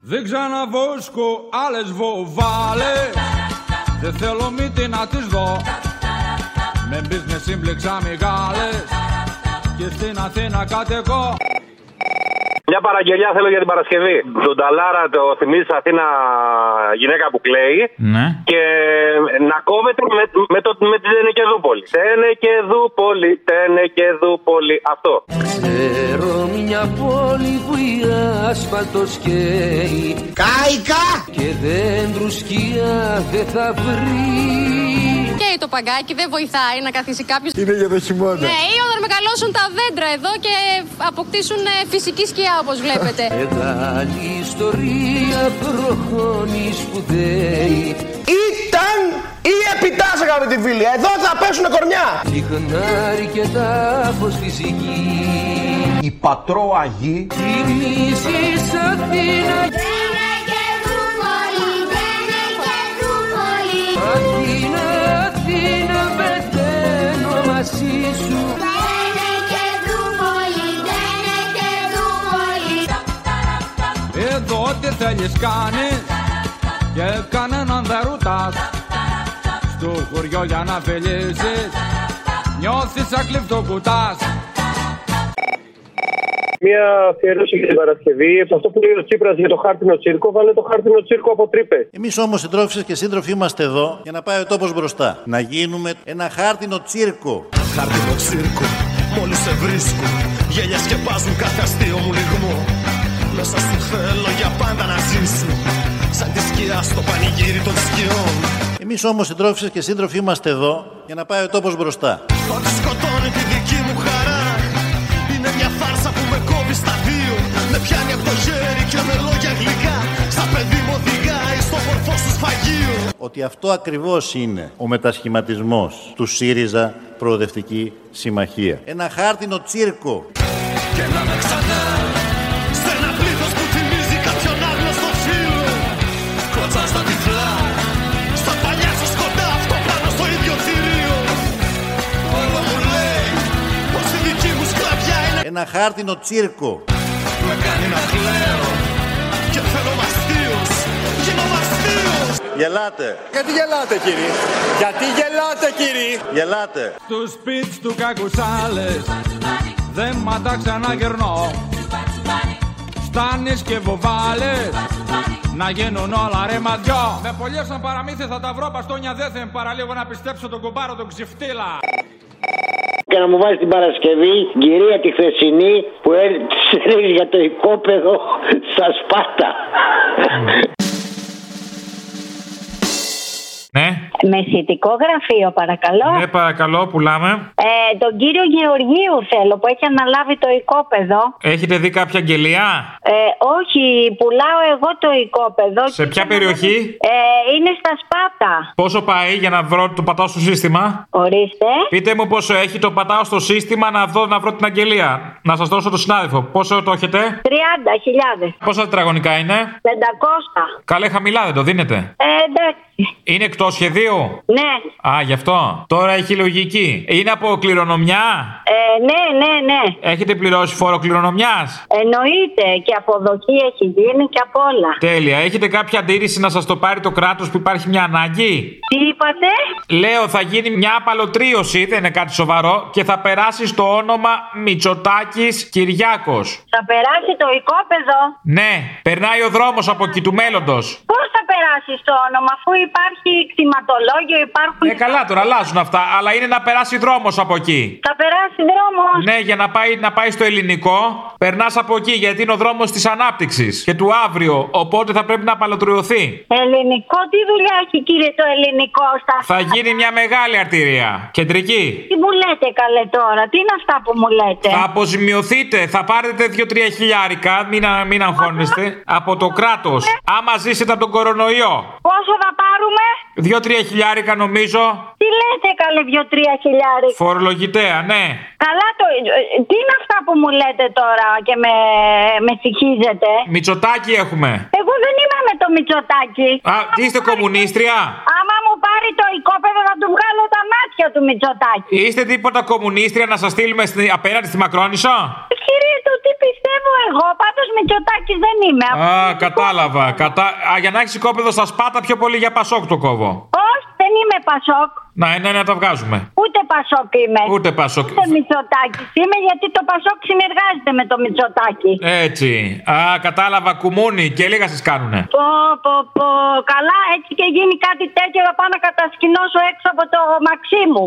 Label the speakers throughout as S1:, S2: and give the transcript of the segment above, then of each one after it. S1: Δεν ξαναβόσκω άλλες βοβάλες Δεν θέλω μύτη να τις δω Με business σύμπληξα μεγάλες Και στην Αθήνα κατεγώ
S2: Μια παραγγελιά θέλω για την Παρασκευή. Τον Ταλάρα το θυμίζει Αθήνα γυναίκα που κλαίει.
S3: Ναι.
S2: Και να κόβεται με, με, το, με την Τενεκεδούπολη. Τενεκεδούπολη, Τενεκεδούπολη. Αυτό.
S4: Ξέρω μια πόλη που η άσφαλτος καίει
S5: Κάικα!
S4: Και δέντρου σκιά δεν θα βρει
S6: Καίει το παγκάκι, δεν βοηθάει να καθίσει κάποιος.
S5: Είναι για το χειμώνα.
S6: Ναι, ή όταν μεγαλώσουν τα δέντρα εδώ και αποκτήσουν ε, φυσική σκιά όπως βλέπετε.
S4: Μεγάλη ιστορία προχώνει σπουδαίη
S5: Ήταν ή επιτάσσαγα με τη φίλη. Εδώ θα πέσουνε κορμιά.
S4: Λιχνάρι και τάφος φυσική
S5: Η πατρό Αγή.
S4: Θυμίζεις Αθήνα, Αθήνα, Αθήνα πεθαίνω μαζί σου
S1: Εδώ τι θέλεις κάνεις Και κανέναν δεν ρουτάς Στο χωριό για να φιλήσεις Νιώθεις σαν κλειφτοκουτάς
S2: Μια αφιέρωση για την Παρασκευή. Σε αυτό που λέει ο Τσίπρας για το χάρτινο τσίρκο, βάλε το χάρτινο τσίρκο από τρύπες.
S7: Εμείς όμως συντρόφισσε και σύντροφοι είμαστε εδώ για να πάει ο τόπος μπροστά. Να γίνουμε ένα χάρτινο τσίρκο.
S8: Χάρτινο τσίρκο, μόλις σε βρίσκω. Γέλια σκεπάζουν κάθε αστείο μου λιγμό. Μέσα σου θέλω για πάντα να ζήσω. Σαν τη σκιά στο πανηγύρι των σκιών.
S7: Εμείς όμως συντρόφισσες και σύντροφοι είμαστε εδώ για να πάει ο τόπος μπροστά.
S8: Ότι σκοτώνει τη δική μου χαρά. Είναι μια φάρσα που με κόβει στα δύο. Με πιάνει από το χέρι και με λόγια γλυκά. Στα παιδί μου οδηγάει στο μορφό σου σφαγείο.
S7: Ότι αυτό ακριβώς είναι ο μετασχηματισμός του ΣΥΡΙΖΑ Προοδευτική Συμμαχία. Ένα χάρτινο τσίρκο.
S8: Και να με ξανά σε ένα πλήθος που θυμίζει κάποιον άγνωστο φίλο Κλωτσά στα τυφλά Στα παλιά σου σκοντά αυτό πάνω στο ίδιο θηρίο Όλο μου λέει πως η δική μου σκλαβιά είναι
S7: Ένα χάρτινο τσίρκο.
S8: Με κάνει να κλαίω Και θέλω μαστείος Γίνω μαστείος
S7: Γελάτε,
S5: Γιατί γελάτε κύριε. Γιατί γελάτε κύριε.
S7: γελάτε.
S1: Στους σπίτι του κακουσάλες Δεν ματά ξαναγερνώ Στάνεις και βοβάλες Να γίνουν όλα ρε μαδιό Με πολλές σαν παραμύθι θα τα βρω Παστόνια δέθεν παραλίγο να πιστέψω τον κουμπάρο τον ξυφτήλα
S9: και να μου βάζει την Παρασκευή κυρία τη χθεσινή που έρθει για το οικόπεδο στα Σπάτα.
S3: Ναι.
S10: Μεσητικό γραφείο, παρακαλώ.
S3: Ναι, παρακαλώ, πουλάμε.
S10: Ε, τον κύριο Γεωργίου θέλω που έχει αναλάβει το οικόπεδο.
S3: Έχετε δει κάποια αγγελία.
S10: Ε, όχι, πουλάω εγώ το οικόπεδο.
S3: Σε ποια περιοχή?
S10: Ε, είναι στα Σπάτα.
S3: Πόσο πάει για να βρω το πατάω στο σύστημα.
S10: Ορίστε.
S3: Πείτε μου πόσο έχει το πατάω στο σύστημα να δω να βρω την αγγελία. Να σας δώσω το συνάδελφο. Πόσο το έχετε.
S10: 30.000.
S3: Πόσα τετραγωνικά είναι.
S10: 500.
S3: Καλέ, χαμηλά δεν το δίνετε.
S10: Ε, εντάξει.
S3: Είναι εκτό σχεδίου.
S10: Ναι.
S3: Α, γι' αυτό. Τώρα έχει λογική. Είναι από κληρονομιά.
S10: Ε, ναι, ναι, ναι.
S3: Έχετε πληρώσει φόρο κληρονομιάς.
S10: Εννοείται και αποδοχή έχει γίνει και από όλα.
S3: Τέλεια. Έχετε κάποια αντίρρηση να σας το πάρει το κράτος που υπάρχει μια ανάγκη.
S10: Τι είπατε?
S3: Λέω, θα γίνει μια απαλωτρίωση, δεν είναι κάτι σοβαρό, και θα περάσει στο όνομα Μητσοτάκης Κυριάκος.
S10: Θα περάσει το οικόπεδο.
S3: Ναι, περνάει ο δρόμος από εκεί του μέλλοντος.
S10: Πώς θα περάσει το όνομα, αφού υπάρχει κτηματολόγιο, υπάρχουν.
S3: Ναι, καλά τώρα, αλλάζουν αυτά, αλλά είναι να περάσει δρόμος από εκεί.
S10: Θα περάσει δρόμος.
S3: Ναι, για να πάει, να πάει στο ελληνικό, περνάς από εκεί γιατί είναι ο δρόμος της ανάπτυξης και του αύριο. Οπότε θα πρέπει να απαλωτριωθεί.
S10: Ελληνικό, τι δουλειά έχει κύριε το ελληνικό στα
S3: Θα γίνει μια μεγάλη αρτηρία. Κεντρική.
S10: Τι μου λέτε καλέ τώρα, τι είναι αυτά που μου λέτε.
S3: Θα αποζημιωθείτε, θα πάρετε 2-3 χιλιάρικα, μην, α- μην αγχώνεστε, από το κράτος. Άμα ζήσετε από τον κορονοϊό.
S10: Πόσο θα πάρουμε,
S3: 2-3 χιλιάρικα νομίζω.
S10: τι λέτε καλέ δύο-τρία χιλιάρι.
S3: Φορολογητέα, ναι.
S10: Καλά το. ε, Τι είναι αυτά που μου λέτε τώρα και με, με συγχύζετε.
S3: Μητσοτάκι έχουμε.
S10: Εγώ δεν είμαι με το Μητσοτάκι.
S3: Α, τι είστε κομμουνίστρια.
S10: Άμα μου πάρεις το οικόπεδο θα του βγάλω τα μάτια του Μητσοτάκη.
S3: Είστε τίποτα κομμουνίστρια να σας στείλουμε στην- απέναντι στη Μακρόνισσα.
S10: Κύριε του, τι πιστεύω εγώ. Πάντως Μητσοτάκης δεν είμαι.
S3: Α, κατάλαβα. Κατά... Α, για να έχεις κόπεδο στα σπάτα πιο πολύ για πασόκ το κόβω.
S10: Όχι, δεν είμαι Πασόκ.
S3: Να, είναι να τα βγάζουμε.
S10: Ούτε Πασόκ είμαι.
S3: Ούτε Πασόκ.
S10: Ούτε Μητσοτάκης είμαι, γιατί το Πασόκ συνεργάζεται με το Μητσοτάκη.
S3: Ναι. Έτσι. Α, κατάλαβα, κουμούνι και λίγα σας κάνουνε.
S10: Πω, πω, πω. Καλά, έτσι και γίνει κάτι τέτοιο, θα πάω να κατασκηνώσω έξω από το μαξί μου.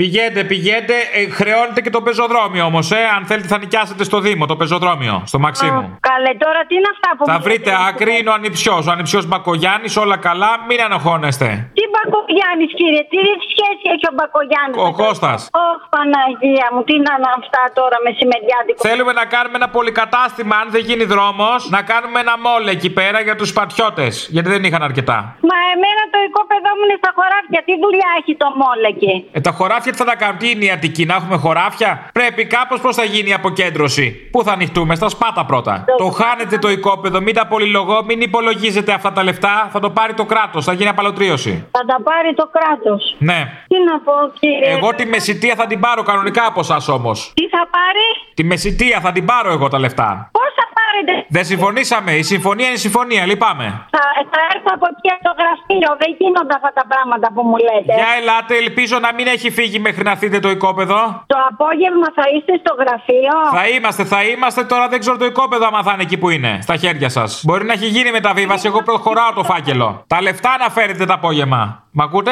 S3: Πηγαίνετε, πηγαίνετε. Ε, χρεώνετε και το πεζοδρόμιο όμως, ε. Αν θέλετε, θα νοικιάσετε στο Δήμο το πεζοδρόμιο, στο Μαξίμου.
S10: Καλέ, τώρα τι είναι αυτά που
S3: Θα
S10: μου
S3: βρείτε
S10: λέτε,
S3: άκρη, είναι ο ανιψιός. Ο ανιψιός Μπακογιάννης, όλα καλά, μην ανοχώνεστε.
S10: Τι Μπακογιάννης, κύριε, τι σχέση έχει ο Μπακογιάννης.
S3: Ο Κώστας.
S10: Ωχ, Παναγία μου, τι να είναι αυτά τώρα μεσημεριάτικο.
S3: Θέλουμε να κάνουμε ένα πολυκατάστημα, αν δεν γίνει δρόμος, να κάνουμε ένα μόλ εκεί πέρα για τους σπατιώτε. Γιατί δεν είχαν αρκετά.
S10: Μα εμένα το οικόπεδό μου είναι στα χωράφια. Τι δουλειά έχει το μόλεκι.
S3: Ε, τα χωράφια τι θα τα κάνουμε, τι είναι η Αττική, να έχουμε χωράφια. Πρέπει κάπως πώς θα γίνει η αποκέντρωση. Πού θα ανοιχτούμε, στα σπάτα πρώτα. Το χάνετε το οικόπεδο, μην τα πολυλογώ, μην υπολογίζετε αυτά τα λεφτά. Θα το πάρει το κράτος, θα γίνει απαλωτρίωση.
S10: Θα τα πάρει το κράτος.
S3: Ναι.
S10: Τι να πω, κύριε.
S3: Εγώ τη μεσητεία θα την πάρω κανονικά από εσά όμως.
S10: Τι θα πάρει,
S3: Τη μεσητεία θα την πάρω εγώ τα λεφτά.
S10: πώς θα πάρετε.
S3: Δεν συμφωνήσαμε. Η συμφωνία είναι η συμφωνία. Λυπάμαι.
S10: Θα, θα έρθω από εκεί από το γραφείο. Δεν γίνονται αυτά τα πράγματα που μου λέτε.
S3: Για ελάτε, ελπίζω να μην έχει φύγει μέχρι να θείτε το οικόπεδο.
S10: Το απόγευμα θα είστε στο γραφείο.
S3: Θα είμαστε, θα είμαστε. Τώρα δεν ξέρω το οικόπεδο άμα θα είναι εκεί που είναι. Στα χέρια σας. Μπορεί να έχει γίνει μεταβίβαση. Εγώ προχωράω το φάκελο. Τα λεφτά να φέρετε το απόγευμα. Μ' ακούτε?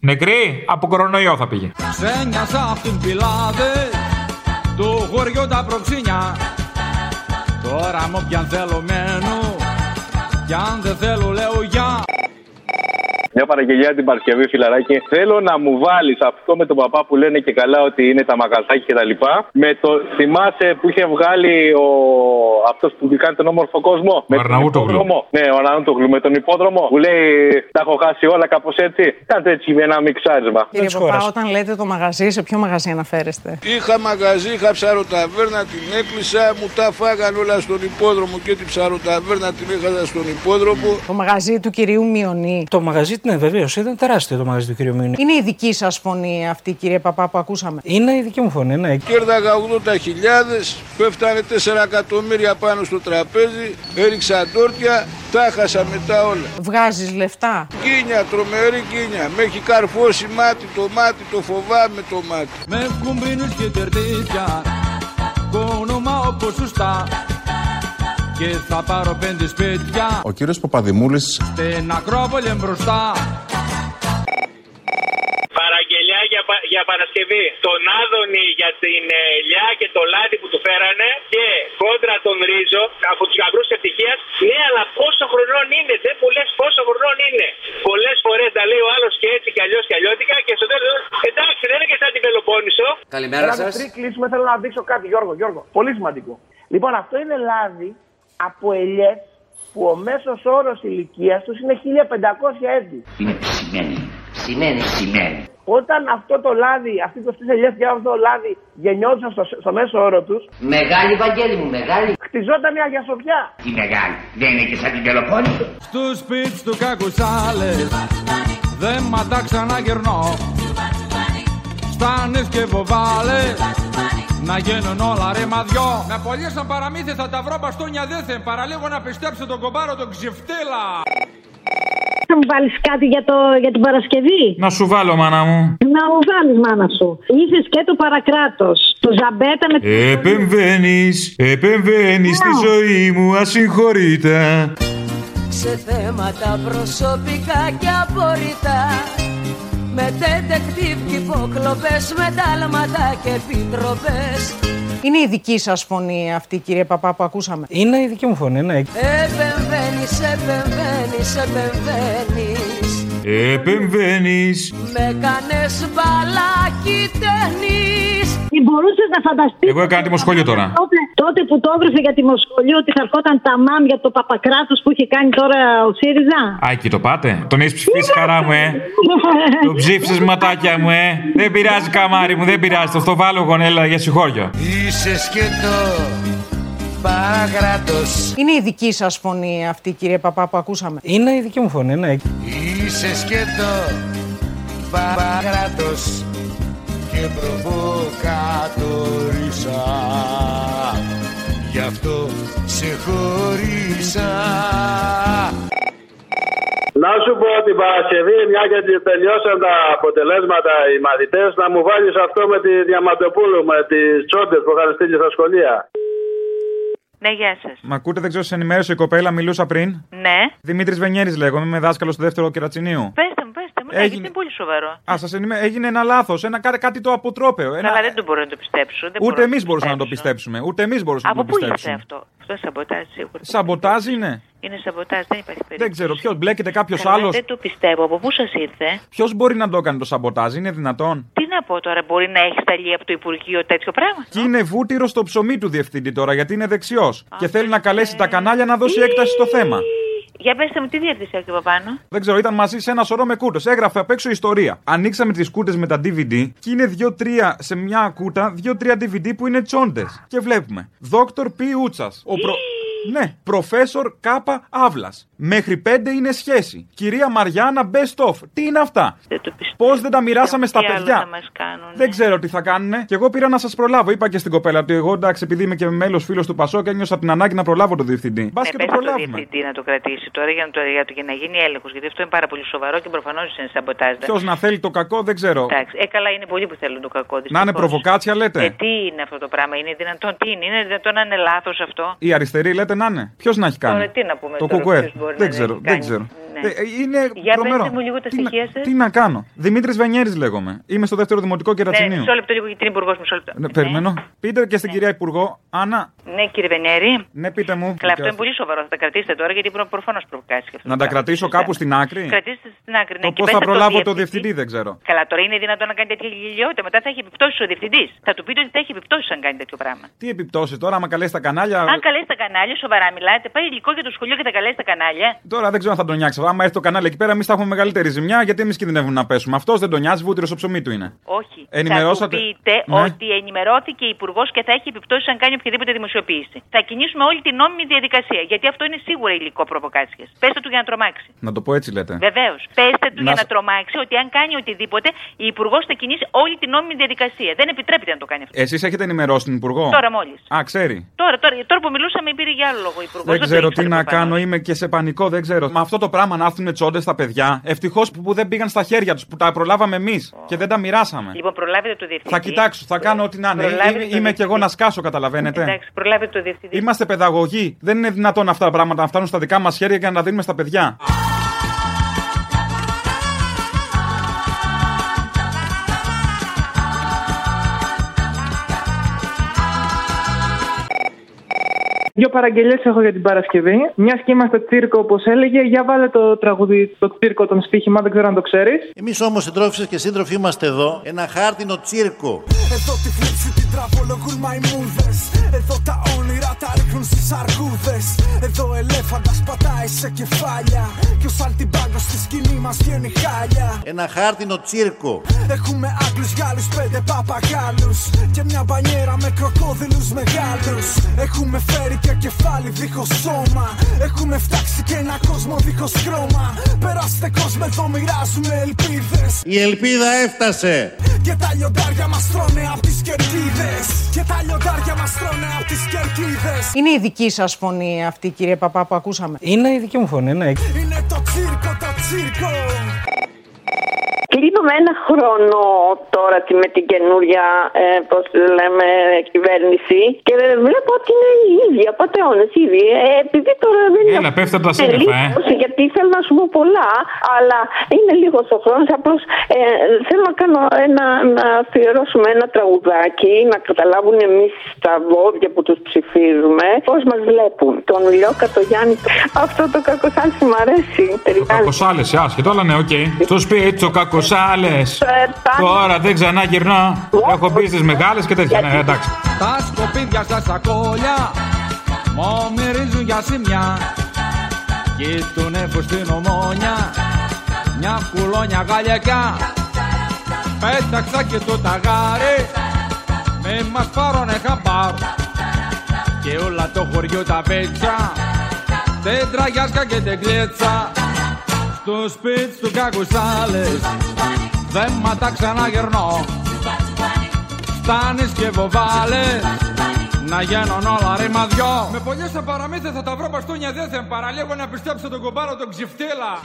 S3: Νεκρή, από κορονοϊό θα πήγε.
S1: Ξένιασα απ' την πιλάδε του χωριού τα προξίνια Τώρα μου πιαν θέλω μένω Κι αν δεν θέλω λέω γεια
S11: Μια παραγγελιά την Παρασκευή, φιλαράκι. Θέλω να μου βάλεις αυτό με τον παπά που λένε και καλά ότι είναι τα μαγαζάκια και τα λοιπά. Με το θυμάσαι που είχε βγάλει ο... αυτός που κάνει τον όμορφο κόσμο. Με τον
S3: Αρναούτογλου.
S11: υπόδρομο. Ναι, ο Αρναούτογλου με τον υπόδρομο που λέει Τα έχω χάσει όλα, κάπως έτσι. Κάντε έτσι ένα μιξάρισμα.
S12: Κύριε Παπά, όταν λέτε το μαγαζί, σε ποιο μαγαζί αναφέρεστε.
S13: Είχα μαγαζί, είχα ψαροταβέρνα, την έκλεισα, μου τα φάγαν όλα στον υπόδρομο και την ψαροταβέρνα την είχα στον υπόδρομο.
S12: Το μαγαζί του κυρίου Μιονί.
S14: Το μαγαζί, ναι, βεβαίως, ήταν τεράστιο το μαγαζί του κύριου Μιουνίου.
S12: Είναι η δική σας φωνή αυτή, κύριε Παπά, που ακούσαμε.
S14: Είναι η δική μου φωνή, ναι.
S13: Κέρδαγα 80.000, πέφτανε 4 εκατομμύρια πάνω στο τραπέζι, έριξα τόρτια, τα χάσα μετά όλα.
S12: Βγάζεις λεφτά.
S13: Κίνια, τρομερή κίνια. Με έχει καρφώσει μάτι το μάτι, το φοβάμαι το μάτι.
S1: Με κουμπίνεις και τερτίτια Κόνομα όπως σωστά Και θα πάρω πέντε σπίτια
S15: Ο κύριος Παπαδημούλης
S1: Στην Ακρόπολη μπροστά
S16: Παραγγελιά για, πα- για Παρασκευή. Τον Άδωνη για την ε, ελιά και το λάδι που του φέρανε και κόντρα τον Ρίζο από τους γαμπρούς ευτυχίας. Ναι, αλλά πόσο χρονών είναι, δεν μου λες πόσο χρονών είναι. Πολλές φορές τα λέει ο άλλος και έτσι κι αλλιώς κι αλλιώτικα και στο τέλος εντάξει, δεν είναι και σαν την Πελοπόννησο.
S17: Καλημέρα σα. Πριν κλείσουμε, θέλω να δείξω κάτι, Γιώργο. Γιώργο. Πολύ σημαντικό. Λοιπόν, αυτό είναι λάδι από ελιές που ο μέσος όρος ηλικίας τους είναι 1500 έτη.
S4: Είναι ψημένη. Ψημένη, ψημένη.
S17: Όταν αυτό το λάδι, αυτοί το στις ελιές και αυτό το λάδι γεννιόντουσαν στο, στο μέσο όρο τους
S4: Μεγάλη, Βαγγέλη μου, μεγάλη.
S17: Χτιζόταν μια Αγία Σοφιά
S4: Τι μεγάλη. Δεν είναι και σαν την Πελοπόννησο.
S1: Στου σπίτι του κακουσάλες Δεν μα τα ξαναγυρνώ Στάνες και βοβάλες Να γίνουν όλα ρήμα δυο Με πολλές σαν παραμύθι θα τα βρω μπαστούνια δίθεν Παραλίγο να πιστέψω τον κομπάρο τον ξυφτήλα
S18: Θα μου βάλεις κάτι για, το, για την Παρασκευή.
S3: Να σου βάλω, μάνα μου.
S18: Να μου βάλεις, μάνα σου. Είχες και το παρακράτος. Το ζαμπέτα με την.
S3: Επεμβαίνεις, επεμβαίνεις στη ζωή μου, ασυγχωρείτε.
S19: σε θέματα προσωπικά και απορριτά με detective και υποκλοπές, με τάλματα και επιτροπές
S12: Είναι η δική σας φωνή αυτή, κύριε Παπά, που ακούσαμε.
S14: Είναι η δική μου φωνή, ναι.
S19: επεμβαίνεις, επεμβαίνεις, επεμβαίνεις
S3: Επεμβαίνεις.
S19: με κάνες μπαλάκι ταινής
S18: Ή μπορούσε να φανταστείς.
S3: Εγώ έκανα τη σχόλιο τώρα.
S18: Τότε, τότε που το έγραφε για τη Μοσχολή ότι θα ερχόταν τα μάμ για το παπακράτος που είχε κάνει τώρα ο ΣΥΡΙΖΑ.
S3: Α, εκεί το πάτε. Τον έχεις ψηφίσει χαρά μου, ε. Τον ψήφισες ματάκια μου, ε. Δεν πειράζει, καμάρι μου, δεν πειράζει. Το στο βάλω γονέλα για συγχώριο.
S4: Είσαι σκέτο. Παγράτο.
S12: Είναι η δική σας φωνή αυτή, κύριε Παπά, που ακούσαμε.
S14: Είναι η δική μου φωνή, ναι.
S15: Είσαι σκέτο παράτος και προβοκατορίσα Γι' αυτό σε χωρίσα
S20: Να σου πω την Παρασκευή, μια και τη- τελειώσαν τα αποτελέσματα οι μαθητές, να μου βάλεις αυτό με τη Διαμαντοπούλου, με τις τσόντες που είχαν στείλει στα σχολεία.
S21: Ναι, γεια σας.
S18: Μα ακούτε, δεν ξέρω, σε ενημέρωσε η κοπέλα, μιλούσα πριν.
S21: Ναι.
S18: Δημήτρης Βενιέρης λέγομαι, είμαι δάσκαλος του δεύτερου κερατσινίου.
S21: Πετε μου, πετε μου, ναι,
S18: Έγινε.
S21: γιατί είναι πολύ σοβαρό.
S18: Α, σας ενημέρω, έγινε ένα λάθος, ένα, κά- κάτι το αποτρόπαιο. Ένα...
S21: Καλά, δεν το μπορώ να το πιστέψω. Δεν
S18: Ούτε
S21: μπορώ να
S18: εμεί
S21: το
S18: μπορούσαμε να το
S21: πιστέψω.
S18: πιστέψουμε. Ούτε εμείς μπορούσαμε
S21: Από
S18: να το
S21: πού ήρθε
S18: πιστέψουμε.
S21: αυτό. Αυτό είναι σαμποτάζ σίγουρα.
S18: Σαμποτάζ είναι.
S21: Είναι σαμποτάζ, δεν υπάρχει περίπτωση.
S18: Δεν ξέρω ποιος, μπλέκεται κάποιος
S21: Καλά,
S18: άλλος.
S21: Δεν το πιστεύω. Από πού σας ήρθε.
S18: Ποιος μπορεί να το κάνει το σαμποτάζ, είναι δυνατόν.
S21: Τι να πω τώρα, μπορεί να έχει σταλεί από το Υπουργείο τέτοιο πράγμα.
S18: Και είναι βούτυρο στο ψωμί του διευθυντή τώρα, γιατί είναι δεξιός. Και θέλει να καλέσει τα κανάλια να δώσει έκταση στο θέμα.
S21: Για πετε μου, τι διεύθυνση έχει από πάνω.
S18: Δεν ξέρω, ήταν μαζί σε ένα σωρό με κούτε. Έγραφε απ' έξω ιστορία. Ανοίξαμε τις κούτε με τα DVD και είναι δύο-τρία σε μια κούτα, δύο-τρία DVD που είναι τσόντες. Και βλέπουμε. Δόκτωρ Πι Ούτσας. Ο προ... Ναι, προφέσορ Κάπα Αύλας. Μέχρι πέντε είναι σχέση. Κυρία Μαριάννα, best of. Τι είναι αυτά. Πώς δεν τα μοιράσαμε στα
S21: Τι άλλο
S18: παιδιά.
S21: θα μας κάνουν.
S18: Δεν ξέρω τι θα κάνουνε. Και εγώ πήρα να σας προλάβω. Είπα και στην κοπέλα ότι εγώ εντάξει, επειδή είμαι και μέλος φίλος του Πασό και ένιωσα την ανάγκη να προλάβω τον διευθυντή. Μπας
S21: ναι,
S18: και το
S21: πες στο
S18: προλάβουμε.
S21: διευθυντή να το κρατήσει τώρα για να, το, για, το, για να γίνει έλεγχος. Γιατί αυτό είναι πάρα πολύ σοβαρό και προφανώς είναι σαμποτάζ. δεν-
S18: Ποιος να θέλει το κακό, δεν ξέρω.
S21: Εντάξει. Ε, καλά, είναι πολλοί που θέλουν το κακό.
S18: Να είναι
S21: δυστυχώς.
S18: προβοκάτσια, λέτε.
S21: Ε, τι είναι αυτό το πράγμα, είναι δυνατόν, τι είναι, είναι δυνατόν να είναι λάθος αυτό.
S18: Οι αριστεροί λέτε να είναι. Ποιος να έχει κάνει.
S21: Τώρα τι να πούμε
S18: Το
S21: τώρα,
S18: κουκουέ.
S21: ποιος μπορεί να
S18: Δεν
S21: έχει
S18: ξέρω, δεν
S21: κάνει.
S18: ξέρω.
S21: Ναι.
S18: Ε, είναι
S21: Για
S18: τρομερό.
S21: πετε μου λίγο τα
S18: Τι να-
S21: στοιχεία σας.
S18: Τι να κάνω. Δημήτρης Βενιέρης λέγομαι. Είμαι στο δεύτερο δημοτικό
S21: Ναι,
S18: κερατσινίου.
S21: μισό λεπτό λίγο, γιατί είναι υπουργός, μισό λεπτό.
S18: Ναι, Περιμένω. Πείτε και στην κυρία Υπουργό, Άννα.
S21: Ναι, κύριε Βενιέρη.
S18: Ναι, πείτε μου.
S21: Καλά, αυτό είναι πολύ σοβαρό. Θα τα κρατήσετε τώρα, γιατί προφανώ προβοκάσει.
S18: Να τα κρατήσω κάπου στην άκρη.
S21: Κρατήστε στην άκρη.
S18: Το
S21: ναι, και
S18: πώς
S21: πέστε
S18: θα προλάβω
S21: διε-
S18: το διευθυντή δεν ξέρω.
S21: Καλά, τώρα είναι δυνατόν να κάνει τέτοια γελιότητα. Μετά θα έχει επιπτώσεις ο διευθυντής. Θα του πείτε ότι θα έχει επιπτώσεις αν κάνει τέτοιο πράγμα.
S18: Τι επιπτώσεις τώρα, άμα καλέσει τα κανάλια.
S21: Αν καλέσει τα κανάλια, σοβαρά μιλάτε. Πάει υλικό για το σχολείο και θα καλέσει τα κανάλια.
S18: Τώρα δεν ξέρω αν θα τον νιάξει. Άμα έρθει το κανάλι εκεί πέρα, εμείς θα έχουμε μεγαλύτερη ζημιά γιατί εμείς κινδυνεύουμε να πέσουμε. Αυτός δεν τον νοιάζει, βούτυρος στο ψωμί του είναι.
S21: Όχι.
S18: Ενημερώσατε-
S21: Θα του πείτε
S18: Ναι.
S21: ότι ενημερώθηκε η Υπουργός και θα έχει επιπτώσεις αν κάνει οποιαδήποτε δημοσιοποίηση. Θα κινήσουμε όλη την νόμιμη διαδικασία. Γιατί αυτό είναι σίγουρα υλικό προβοκάτσια. Πέστε του για να τρομάξει.
S18: Να το πω έτσι λέτε.
S21: Βεβαίως. Πέστε του
S18: Να
S21: για
S18: σε-
S21: να τρομάξει ότι αν κάνει οτιδήποτε, η Υπουργός θα κινήσει όλη την νόμιμη διαδικασία. Δεν επιτρέπεται να το κάνει αυτό.
S18: Εσείς έχετε ενημερώσει την Υπουργό.
S21: Τώρα μόλις.
S18: Λοιπόν. Α, ξέρει.
S21: Τώρα, τώρα, τώρα που μιλούσαμε, πήρε για άλλο λόγο υπουργός.
S18: Δεν ξέρω τι να κάνω, είμαι και σε πανικό, δεν ξέρω. Με αυτό το πράγμα να έρθουν τσόντε στα παιδιά, ευτυχώς που, που δεν πήγαν στα χέρια τους, που τα προλάβαμε εμείς και δεν τα μοιράσαμε.
S21: Λοιπόν, προλάβετε το διευθυντή.
S18: θα κοιτάξω, θα κάνω ό,τι να είναι.
S21: προλάβετε
S18: Είμαι,
S21: ε, το Ε,
S18: είμαι κι εγώ να σκάσω, καταλαβαίνετε.
S21: Εντάξει, προλάβετε το διευθυντή.
S18: Είμαστε παιδαγωγοί. Δεν είναι δυνατόν αυτά τα πράγματα να φτάνουν στα δικά μας χέρια και να τα δίνουμε στα παιδιά.
S22: Δύο παραγγελίε έχω για την Παρασκευή. Μια και είμαστε τσίρκο, όπως έλεγε, για βάλε το τραγουδί, το τσίρκο, τον στοίχημα, δεν ξέρω αν το ξέρεις.
S7: Εμείς όμως, συντρόφισσε και σύντροφοι, είμαστε εδώ. Ένα χάρτινο τσίρκο.
S23: Εδώ τη φλήψη την τραβολογούν μαϊμούδες Εδώ τα όνειρα τα ρίχνουν στις αρκούδες Εδώ ελέφαντα πατάει σε κεφάλια Κι ο σαλτιμπάγκος στη σκηνή μας βγαίνει χάλια
S7: Ένα χάρτινο τσίρκο.
S23: Έχουμε Άγγλους, Γάλλους, πέντε παπαγάλους Και μια μπανιέρα με κροκόδιλους μεγάλους Έχουμε φέρει και κεφάλι δίχως σώμα Έχουμε φτάξει και ένα κόσμο δίχως χρώμα Περάστε κόσμο, εδώ μοιράζουμε ελπίδες
S7: Η ελπίδα έφτασε.
S23: και τα λιοντάρια μας τρώνε από τις κερκίδες. Και τα λιοντάρια μας τρώνε από τις κερκίδες.
S12: Είναι η δική σας φωνή αυτή, κύριε Παπά, που ακούσαμε.
S24: Είναι η δική μου φωνή, ναι.
S23: Είναι το τσίρκο, το τσίρκο.
S25: Κλείνουμε ένα χρόνο τώρα τη- με την καινούρια ε, πώς λέμε, κυβέρνηση και ε, βλέπω ότι είναι οι ίδιοι απαταιώνε ήδη. Ε, επειδή τώρα δεν είναι.
S18: Έλα, πέφτουν τα σύννεφα, ε.
S25: λίγος, Γιατί θέλω να σου πω πολλά, αλλά είναι λίγος ο χρόνος. Απλώς ε, θέλω να, κάνω ένα, να αφιερώσουμε ένα τραγουδάκι να καταλάβουν εμείς τα βόδια που τους ψηφίζουμε πώς μας βλέπουν. Τον Λιώκα, τον Γιάννη. Αυτό το κακοσάνσι μου αρέσει.
S18: Κακοσάλε, άσχετο, αλλά ναι, οκ. Στο σπίτι του κακοσάλε. Τώρα δεν ξανά γυρνά. Έχω μπει στις μεγάλες και τέτοια. Ναι, εντάξει.
S1: Τα σκοπίδια στα σακόλια Μου μυρίζουν για σημιά Κοιτουνε που στην ομόνια Μια κουλόνια γαλλιακιά Πέταξα και το ταγάρι Με μας πάρουνε χαμπάρ Και όλα το χωριό τα πέτσα Δεν τραγιάσκα και δεν κλέτσα στο σπίτι του κακουσάλες Δεν ματά ξαναγερνώ Φτάνεις και βοβάλες να γίνουν όλα ρήμα δυο Με πολλές τα παραμύθια θα τα βρω παστούνια δέθεν Παραλίγο να πιστέψω τον κομπάρο τον ξυφτήλα